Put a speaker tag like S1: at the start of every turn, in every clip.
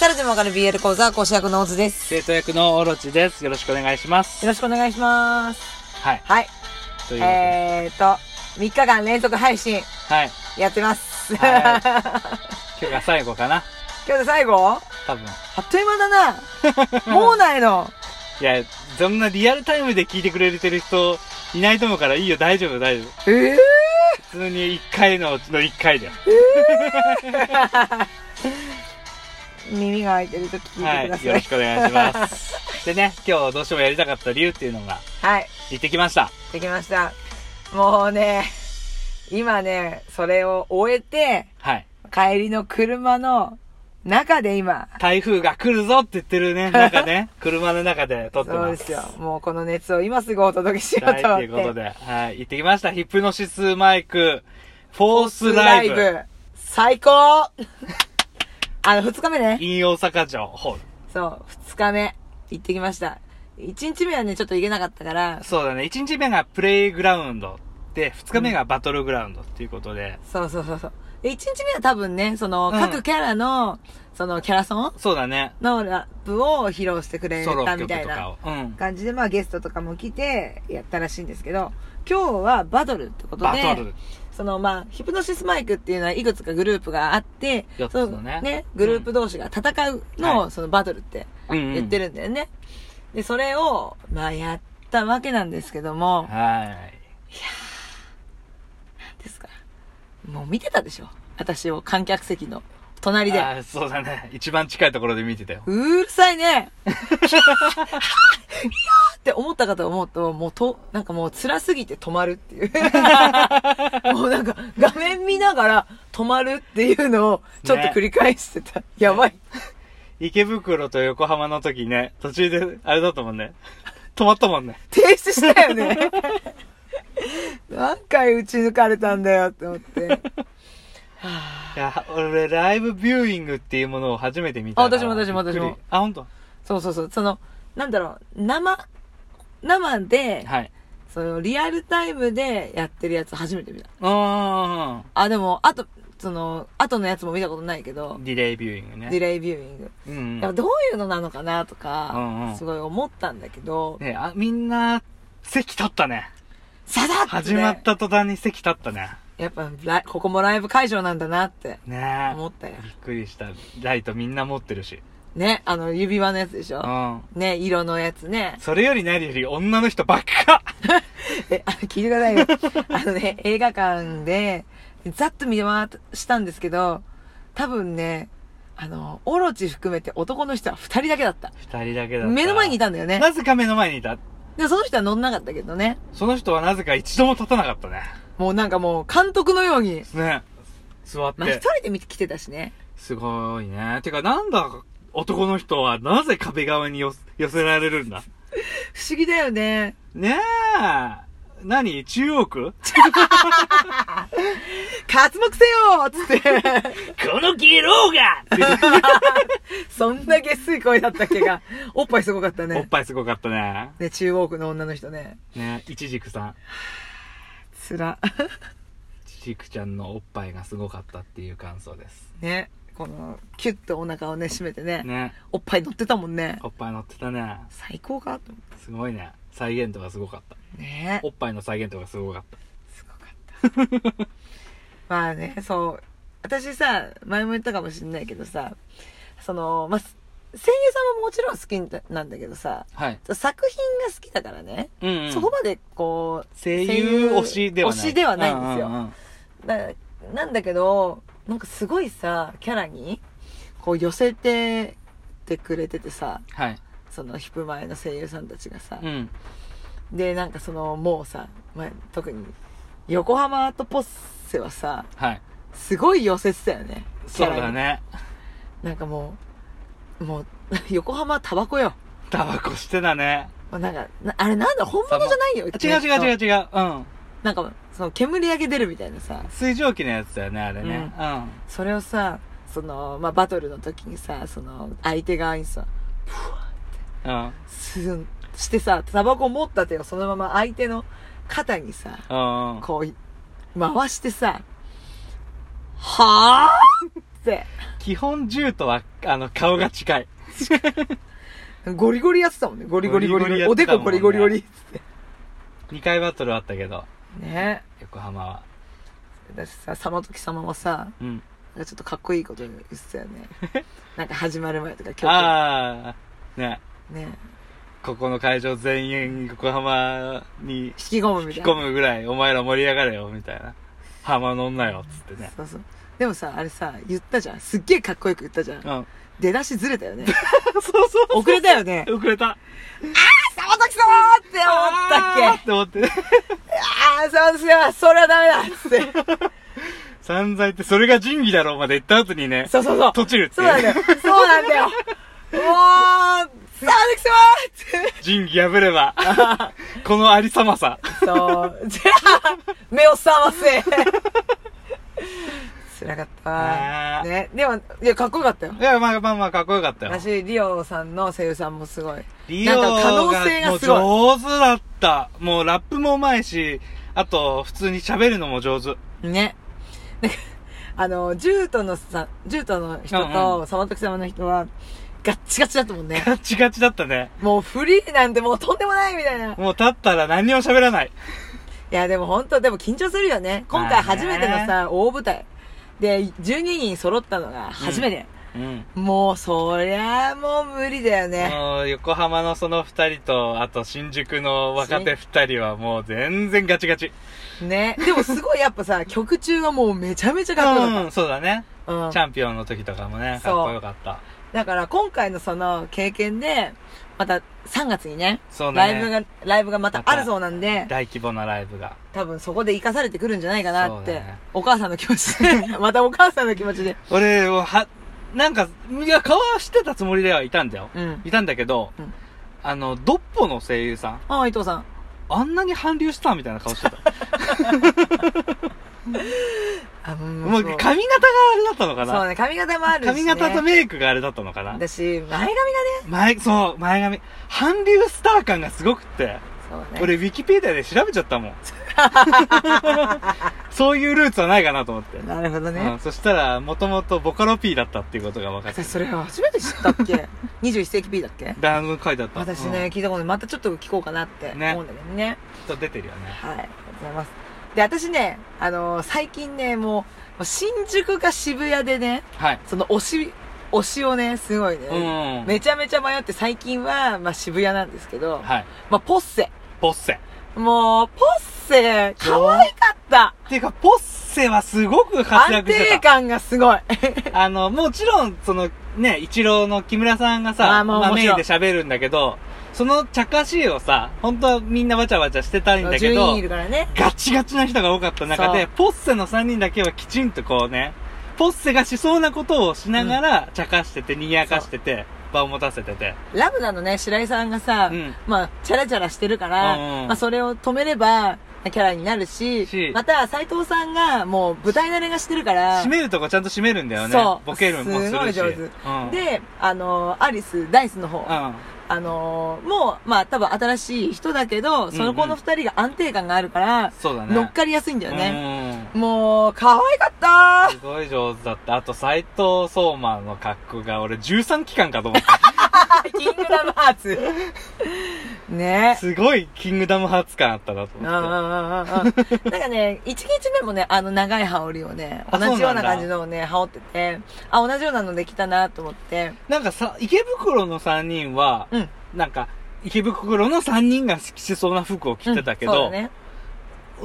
S1: 誰でもわかる BL 講座講師役のオズです。
S2: 生徒役のオロチです。よろしくお願いします。
S1: よろしくお願いします。
S2: はい。
S1: はい。
S2: ということで、
S1: えーっと、3日間連続配信
S2: はい。
S1: やってます。
S2: は今日が最後かな
S1: 今日で最後
S2: 多分。
S1: あっという間だな。 もうないの。
S2: いや、そんなリアルタイムで聞いてくれてる人いないと思うからいいよ、大丈夫、大丈夫。
S1: えー、
S2: 普通に1回のうちの1回だよ。
S1: 耳が開いてると聞い
S2: は
S1: てくだ
S2: い。
S1: さ
S2: よろし
S1: い。
S2: くお願いします。でね、今日どうしてもやりたかった理由っていうのが、
S1: はい。
S2: 行ってきました。
S1: できました。もうね、今ね、それを終えて、
S2: はい。
S1: 帰りの車の中で今、
S2: 台風が来るぞって言ってるね、中ね。車の中で撮って
S1: そう
S2: ま。
S1: ですすよ。もうこの熱を今すぐお届けしようと
S2: は
S1: 思っ
S2: い、とい
S1: て。
S2: うことで、はい、行ってきました。ヒプノシスマイク、フォースライブ、
S1: 最高 あの、二日目ね。
S2: イン大阪城ホール。
S1: そう、二日目、行ってきました。一日目はね、ちょっと行けなかったから、
S2: そうだね、1日目がプレイグラウンドで、2日目がバトルグラウンドっていうことで、
S1: そうそうそうそう。で一日目は多分ね、その、
S2: うん
S1: 各キャラの、その、キャラソン
S2: そうだね、
S1: のラップを披露してくれ
S2: ソロ
S1: た
S2: 曲
S1: みたい
S2: と
S1: な
S2: かを。うん。
S1: 感じで、まあゲストとかも来て、やったらしいんですけど、今日はバトルってこと
S2: バ
S1: で、
S2: トル。
S1: そのまあ、ヒプノシスマイクっていうのはいくつかグループがあって、
S2: 四つ
S1: そ
S2: のね
S1: のね、グループ同士が戦うのを、
S2: は
S1: そのバトルって
S2: うん、うん。
S1: 言って。るんだよね。で、それを、まあやったわけなんですけども、
S2: はい。
S1: ですから、もう見てたでしょ私を観客席の隣で。
S2: あーそうだね、一番近いところで見てたよ。
S1: うるさいねいやーって思ったかと思うと、もうと、なんかもう辛すぎて止まるって いう。もうなんか画面見ながら止まるっていうのをちょっと繰り返してた。やばい。
S2: 池袋と横浜の時ね、途中で、あれだったもんね。 止まったもんね。
S1: 停止したよね。何回打ち抜かれたんだよって思って。
S2: いや、俺、ライブビューイングっていうものを初めて見たから。
S1: あ私も私も私も
S2: びっくりあ、本当。
S1: そうそうそう。その、なんだろう、生、生で、
S2: はい。
S1: そのリアルタイムでやってるやつ初めて見た。
S2: うーん。
S1: あ、でも、あと、その、後のやつも見たことないけど、
S2: ディレイビューイング
S1: ディ
S2: ね。
S1: レイビューイング。
S2: うん
S1: い
S2: うん、
S1: やどういうのなのかなと
S2: うん
S1: か
S2: う、ん
S1: すごい思ったんだけど、
S2: ねあ、みんな、席立ったね。
S1: さだっとね
S2: 始まっ。た途端に席立ったね。
S1: やっぱライ、ここもライブ会場なんだなって
S2: ね
S1: 思ったよ
S2: え。。びっくりした。ライトみんな持ってるし。
S1: ね、あの、指輪のやつでし
S2: う
S1: ょ。
S2: ん。
S1: ね、色のやつね。
S2: それより何より女の人ばっか
S1: え、あの、聞いてくださいよ。 あのね、映画館で、ざっと見回したんですけど、多分ね、あの、オロチ含めて男の人は二人だけだった。
S2: 二人だけだった。
S1: 目の前にい
S2: た
S1: たんだよね。
S2: なぜか目の前にいた。
S1: で、その人は乗んなかったけどね。
S2: その人はなぜか一度も立たなかったね。
S1: もうなんかもう監督のように。
S2: ね座っ
S1: まあ、一
S2: て。
S1: 人で見てきてたしね。
S2: すごいね。てかなんだ、男の人はなぜ壁側に寄せ寄せられるんだ。
S1: 不思議だよね。
S2: ねえ。何中 央区
S1: 活目せよつ って。
S2: このゲロがって
S1: そんな下水声だったっけが。おっぱいすごかった
S2: おっ
S1: ね。
S2: ぱいすごかったね。
S1: ね、中央区の女の人ね。
S2: ねえ、いちじくさん。
S1: つら。
S2: ちくちゃんのおっぱいがすごかったっていう感想です。
S1: ね。この、キュッとお腹をね、締めてね。
S2: ね。
S1: おっぱい乗ってたもんね。
S2: おっぱい乗ってたね。
S1: 最高かと思
S2: すごいね。再現度がすごかった。
S1: う。ね
S2: おっぱいの再現度がすごかった。
S1: すごかった。まあね、そう。私さ、前も言ったかもしれないけどさ、その、まあ、声優さんももちろん好きなんだけどさ、
S2: はい。
S1: 作品が好きだからね、
S2: うん、
S1: そこまでこう、
S2: 声優推しではない。
S1: 推しではないんですよ
S2: うう
S1: ななんだけど、なんかすごいさ、キャラに、こう寄せてってくれててさ、
S2: はい。
S1: そのヒップ前の声優さんたちがさ、
S2: うん。
S1: で、なんかその、もうさ、まあ、特に、横浜とポッセはさ、
S2: はい。
S1: すごい寄せてたよね。キ
S2: そ
S1: ャ
S2: う
S1: ラに
S2: だ。ね。
S1: なんかもう、もう、 横浜はタバコよ。
S2: タバコしてたね。
S1: もうなんか、なあれなんだ、本物じゃないよ。
S2: 違う違う違
S1: う。
S2: う違う。うん。
S1: なんか、その、煙だけ出るみたいなさ、
S2: 水蒸気のやつだよね、あれね。うん。
S1: それをさ、その、まあ、バトルの時にさ、その、相手側にさ、
S2: うん。
S1: スーンしてさ、タバコ持った手をそのまま相手の肩にさ、
S2: うん。うん。
S1: こう、回してさ、はぁって。
S2: 基本銃とは、あの、顔が近い。
S1: ゴリゴリやってたもんね。ゴリゴリゴリゴリ。
S2: ゴ
S1: おで
S2: リゴリやってたも
S1: こ
S2: んね
S1: ゴリゴリゴリっつって。
S2: 2回バトルあったけど、
S1: ね
S2: 横浜は。
S1: 私さ、その時様もさ、
S2: うん。
S1: なんかちょっとかっこいいこと言ってたよね。 なんか始まる前とか、今
S2: ああ、ね、
S1: 日ね、
S2: ここの会場全員横浜に
S1: 引き込むみた
S2: 引き
S1: い
S2: 込
S1: な。
S2: むぐらい、お前ら盛り上がれよ、みたいな。浜乗んなよ、つってね。
S1: そうそう。でもさ、あれさ、言ったじゃん。すっげえかっこよく言ったじゃん
S2: う。ん。
S1: 出だしずれたよね。
S2: そうそ
S1: 遅れたよ ね。
S2: 遅れた。
S1: 沢時様って思ったっけ
S2: けって思ってね。
S1: ああー、そうですよ。それはダメだっつって。
S2: 散々言って、それが仁義だろうまで言った後にね、
S1: そうそうそう。
S2: 閉じるって
S1: そう
S2: い
S1: なんだ
S2: うね。
S1: よ。そうなんだよ。おー、沢時様って。
S2: 仁義破れ ば、このありさまさ。
S1: そう。じゃあ、目を覚ませ。辛かった。
S2: あー
S1: ね。でも、いや、かっこよかったよ
S2: い。や、まあまあまあ、かっこよかったよ。
S1: 私、リオさんの声優さんもすごい。
S2: リオ
S1: なんか可能性がすごい
S2: もう上手だった。もうラップもうまいし、あと、普通に喋るのも上手。
S1: ね。なんかあの、ジュートのさ、ジュートの人
S2: うん
S1: と、サマトキ様の人は、ガッチガチだったもんね。
S2: ガッチガチだったね。
S1: もうフリーなんてもうとんでもないみたいな。い
S2: もう立ったら何にも喋らない。
S1: や、でも本当でも緊張するよね。今回
S2: まあね
S1: 初めてのさ、大舞台。で、12人揃ったのが初めて。
S2: うん。
S1: もう、そりゃもう無理だよね。
S2: もう横浜のその二人と、あと新宿の若手二人はもう全然ガチガチ。
S1: ね。でもすごいやっぱさ、 曲中はもうめちゃめちゃかっこよか
S2: うん、そうだね。
S1: った。うん
S2: チャンピオンの時とかもね、
S1: そう
S2: かっこよかった。
S1: だから今回のその経験で、また3月にね、
S2: そうだね
S1: ライブが、ライブがまたあるそうなんで、
S2: 大規模なライブが。
S1: 多分そこで生かされてくるんじゃないかなっ
S2: そう
S1: て
S2: だね、
S1: お母さんの気持ち で、またお母さんの気持ちで。
S2: 俺は、は、なんか、いや、顔は知ってたつもりではいたんだよ。
S1: うん。
S2: いたんだけど、
S1: うん
S2: あの、ドッポの声優さん、
S1: ああ、伊藤さん。
S2: あんなに韓流スターみたいな顔してた。
S1: あ、も
S2: もう
S1: そう
S2: 髪型があれだったのかな
S1: そうね、髪型もあるし、ね。
S2: 髪型とメイクがあれだったのかな
S1: 私、前髪がね、
S2: 前、そう、前髪。韓流スター感がすごくって。
S1: そうだね。
S2: 俺、ウィキペディアで調べちゃった もん。そういうルーツはないかなと思って。
S1: なるほどね。
S2: うん、そしたら、もともとボカロ P だったっていうことが分かって。
S1: 私それ初めて知ったっ け ?21 世紀 B だっけ
S2: だん書いてあった。
S1: 私ね、
S2: うん、ち
S1: 聞いたことないまたちょっと聞こうかなって
S2: ね
S1: 思うんだけどね
S2: ょっと出てるよね。
S1: はい、ありがとうございます。で、私ね、あのー最近ね、もう、もう新宿か渋谷でね、
S2: はい。
S1: その推し、推しをね、すごいね、
S2: うん。
S1: めちゃめちゃ迷って最近は、まあ渋谷なんですけど、
S2: はい。
S1: まあポッセ。
S2: ポッセ。
S1: もう、ポッセ、可愛かった
S2: っていうか、ポッセはすごく活
S1: 安
S2: 躍してた。
S1: 定感がすごい
S2: あの、もちろん、その、ね、一郎の木村さんが
S1: ま
S2: さ、
S1: あまあも
S2: メイ
S1: ち
S2: ン
S1: ろん
S2: で喋るんだけど、その茶化しをさ、本当はみんなわちゃわちゃしてたいんだ け
S1: 10人
S2: ど
S1: い、るからね。
S2: ガチガチな人が多かった中で
S1: そ、
S2: ポッセの3人だけはきちんとこうね、ポッセがしそうなことをしながら、茶化してて、にぎやかしてて、場を持たせてて。
S1: ラブナのね、白井さんがさ、
S2: うん
S1: まあ、チャラチャラしてるから、
S2: うんうん
S1: まあ、それを止めれば、キャラになるし、
S2: し
S1: また、斎藤さんが、もう、舞台慣れがしてるから、
S2: 締めるとこちゃんと締めるんだよね。
S1: そう
S2: ボケるもするし。
S1: すごい上手
S2: うん、
S1: で、あのーアリス、ダイスの方、
S2: うん。
S1: あのーもう、まあ、多分新しい人だけど、その子の二人が安定感があるから、
S2: そうだね。
S1: 乗っかりやすいんだよね。
S2: ね。
S1: もう、可愛かった
S2: すごい上手だった。あと、斎藤聡馬の格好が、俺13期間かと 思った。
S1: ーキングダムハー ツ。ね
S2: すごいキングダムハーツ感あったなと
S1: うん
S2: 思
S1: うん
S2: っ
S1: うん
S2: て。
S1: うんうん。なんかね、1日目もね、あの長い羽織をね、同
S2: あそうなんだ
S1: じような感じのをね、羽織ってて、あ、同じようなのできたなと思って、
S2: なんかさ、池袋の3人は、
S1: うん。
S2: なんか、池袋の3人が好きしそうな服を着てたけ
S1: うん
S2: ど、
S1: そうだね。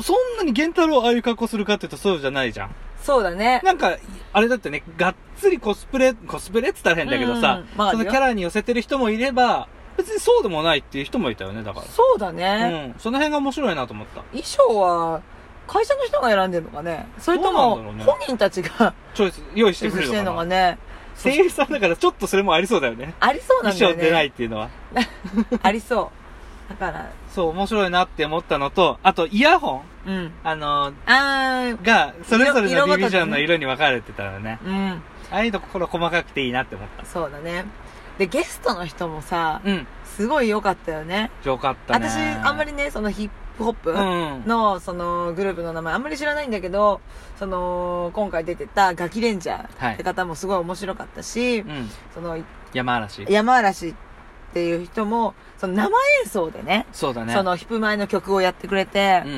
S2: そんなに源太郎ああいう格好するかって言うとそうじゃないじゃん。
S1: そうだね。
S2: なんか、あれだってね、がっつりコスプレ、コスプレって言ったら変だけど
S1: うん
S2: さ
S1: うん、まあ
S2: そのキャラに寄せてる人もいれば、別にそうでもないっていう人もいたよね、だか
S1: そうだ
S2: ら。
S1: ね。
S2: うん。その辺が面白いなと思った。
S1: 衣装は、会社の人が選んでるのかねそれとも
S2: どうなんだろう
S1: 本
S2: ね
S1: 人たちが
S2: チョイス、用意して
S1: 指
S2: く
S1: 示して
S2: れる
S1: るの
S2: のか
S1: か
S2: な。
S1: ね
S2: 声優さんだからちょっとそれもありそうだよね。
S1: ありそうなん
S2: 衣
S1: だよ
S2: 装
S1: ね。
S2: 出ないっていうのは。
S1: ありそう。だから、
S2: そう、面白いなって思ったのと、あと、イヤホン
S1: うん。
S2: あの
S1: あー、
S2: が、それぞれ
S1: 色色
S2: の
S1: ごと
S2: ディ
S1: に
S2: ビジョンの色に分かれてたらね。
S1: うん。
S2: ああいうところ細かくていいなって思った。
S1: そうだね。で、ゲストの人もさ、
S2: うん。
S1: すごい良かったよね。
S2: よかったね。
S1: 私、あんまりね、そのヒップホップ、
S2: うん。
S1: の、その、グループの名前、あんまり知らないんだけど、その、今回出てたガキレンジャ
S2: は
S1: ー
S2: い
S1: って方もすごい面白かったし、
S2: うん。
S1: その、
S2: 山嵐。
S1: 山嵐っていう人も、その生演奏でね、
S2: そうだね。
S1: その、ヒップ前の曲をやってくれて
S2: うん、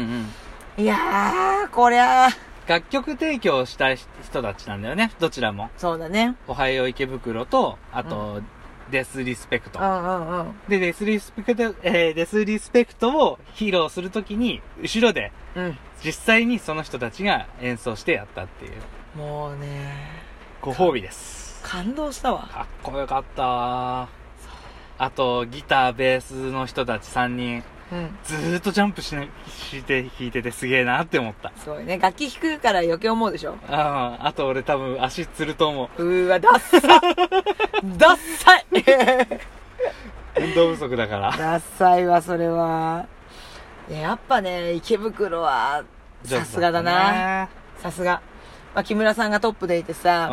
S2: うん。
S1: いやー、こりゃー、
S2: 楽曲提供をした人たちなんだよね。どちらも。
S1: そうだね。
S2: おはよう池袋と、あと、デスリスペクト
S1: う。んうんうん。
S2: で、デスリスペクト、えーデスリスペクトを披露するときに、後ろで、
S1: うん。
S2: 実際にその人たちが演奏してやったっていう、
S1: もうね、
S2: ご褒美です。
S1: 感動したわ。
S2: かっこよかったわあと、ギター、ベースの人たち3人、
S1: うん。
S2: ずーっとジャンプしなして弾いててすげえなって思った。
S1: すごいね。楽器弾くから余計思うでしょ。
S2: ああ、あと俺多分足つると思う。
S1: うーわ、ダッ サダッサい
S2: 運動不足だから。
S1: ダサいわ、それは。いややっぱね、池袋は、 さすがだな。
S2: な。
S1: さすが。まあ、木村さんがトップでいてさ、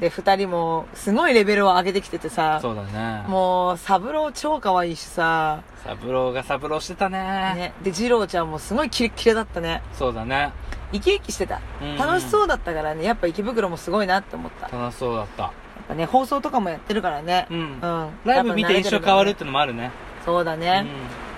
S2: う
S1: で、二人も、すごいレベルを上げてきてて
S2: ん。
S1: さ、
S2: そうだね。も
S1: もう、サブロー超可愛いしさ、
S2: う。サブローがサブローしてたね。
S1: ね。で、二郎ちゃんもすごいキレッキレだったね。
S2: そうだね。
S1: 生き生きしてた。
S2: うん
S1: 楽しそうだったからね、やっぱ池袋もすごいなって思った。や
S2: 楽しそうだった。
S1: っぱね、放送とかもやってるからね。
S2: う。
S1: うんん。
S2: ライブ見て印象変わるっ
S1: やっぱ慣れて
S2: てのもあるね。
S1: るからねそうだ
S2: う
S1: ね。
S2: ん。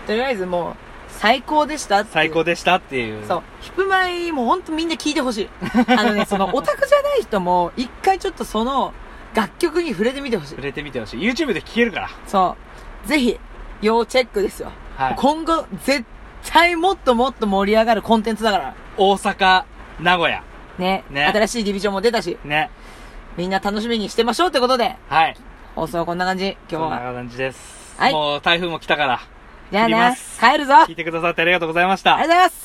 S1: とりあえずもう、最高でしたっていう
S2: 最高でしたっていう。
S1: そう。。ヒップマイもほんとみんな聞いてほしい。あ のね、そのオタクじゃない人も、一回ちょっとその楽曲に触れてみてほしい
S2: 触。れてみてほしい。YouTube で聴けるから。
S1: そう。ぜひ、要チェックですよ。
S2: はい。
S1: 今後、絶対もっともっと盛り上がるコンテンツだから。
S2: 大阪、名古屋。
S1: ね。
S2: ね
S1: 新しいディビジョンも出たし、
S2: ね。
S1: みんな楽しみにしてましょうってことで、
S2: はい。
S1: 放送はこんな感じ、今日
S2: そんな
S1: は。
S2: 感じです。
S1: はい
S2: もう台風も来たから、
S1: じゃあ
S2: 切りま
S1: ね、
S2: す
S1: 帰るぞありが
S2: 聞いてくださってありがとうございました
S1: とうご。ざいます